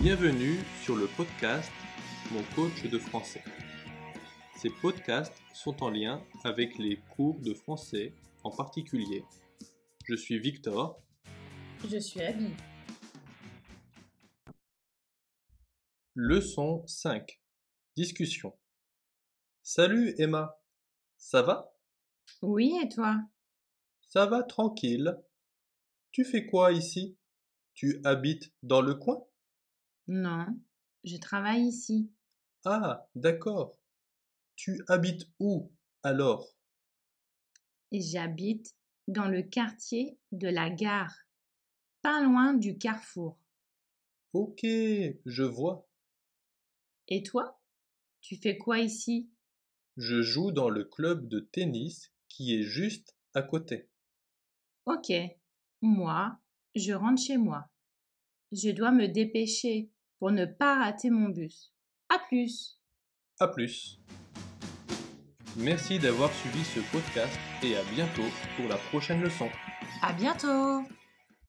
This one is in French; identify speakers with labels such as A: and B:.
A: Bienvenue sur le podcast Mon coach de français. Ces podcasts sont en lien avec les cours de français en particulier. Je suis Victor.
B: Je suis Abby.
A: Leçon 5. Discussion. Salut Emma. Ça va
B: Oui, et toi
A: Ça va tranquille. Tu fais quoi ici Tu habites dans le coin
B: Non, je travaille ici.
A: Ah, d'accord. Tu habites où alors
B: Et J'habite dans le quartier de la gare, pas loin du carrefour.
A: Ok, je vois.
B: Et toi Tu fais quoi ici
A: Je joue dans le club de tennis qui est juste à côté.
B: Ok, moi, je rentre chez moi. Je dois me dépêcher pour ne pas rater mon bus. À plus
A: À plus. Merci d'avoir suivi ce podcast et à bientôt pour la prochaine leçon.
B: À bientôt